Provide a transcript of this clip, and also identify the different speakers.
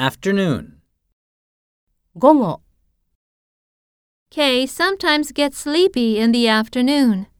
Speaker 1: Afternoon.
Speaker 2: 午後。
Speaker 3: Kay sometimes gets sleepy in the afternoon.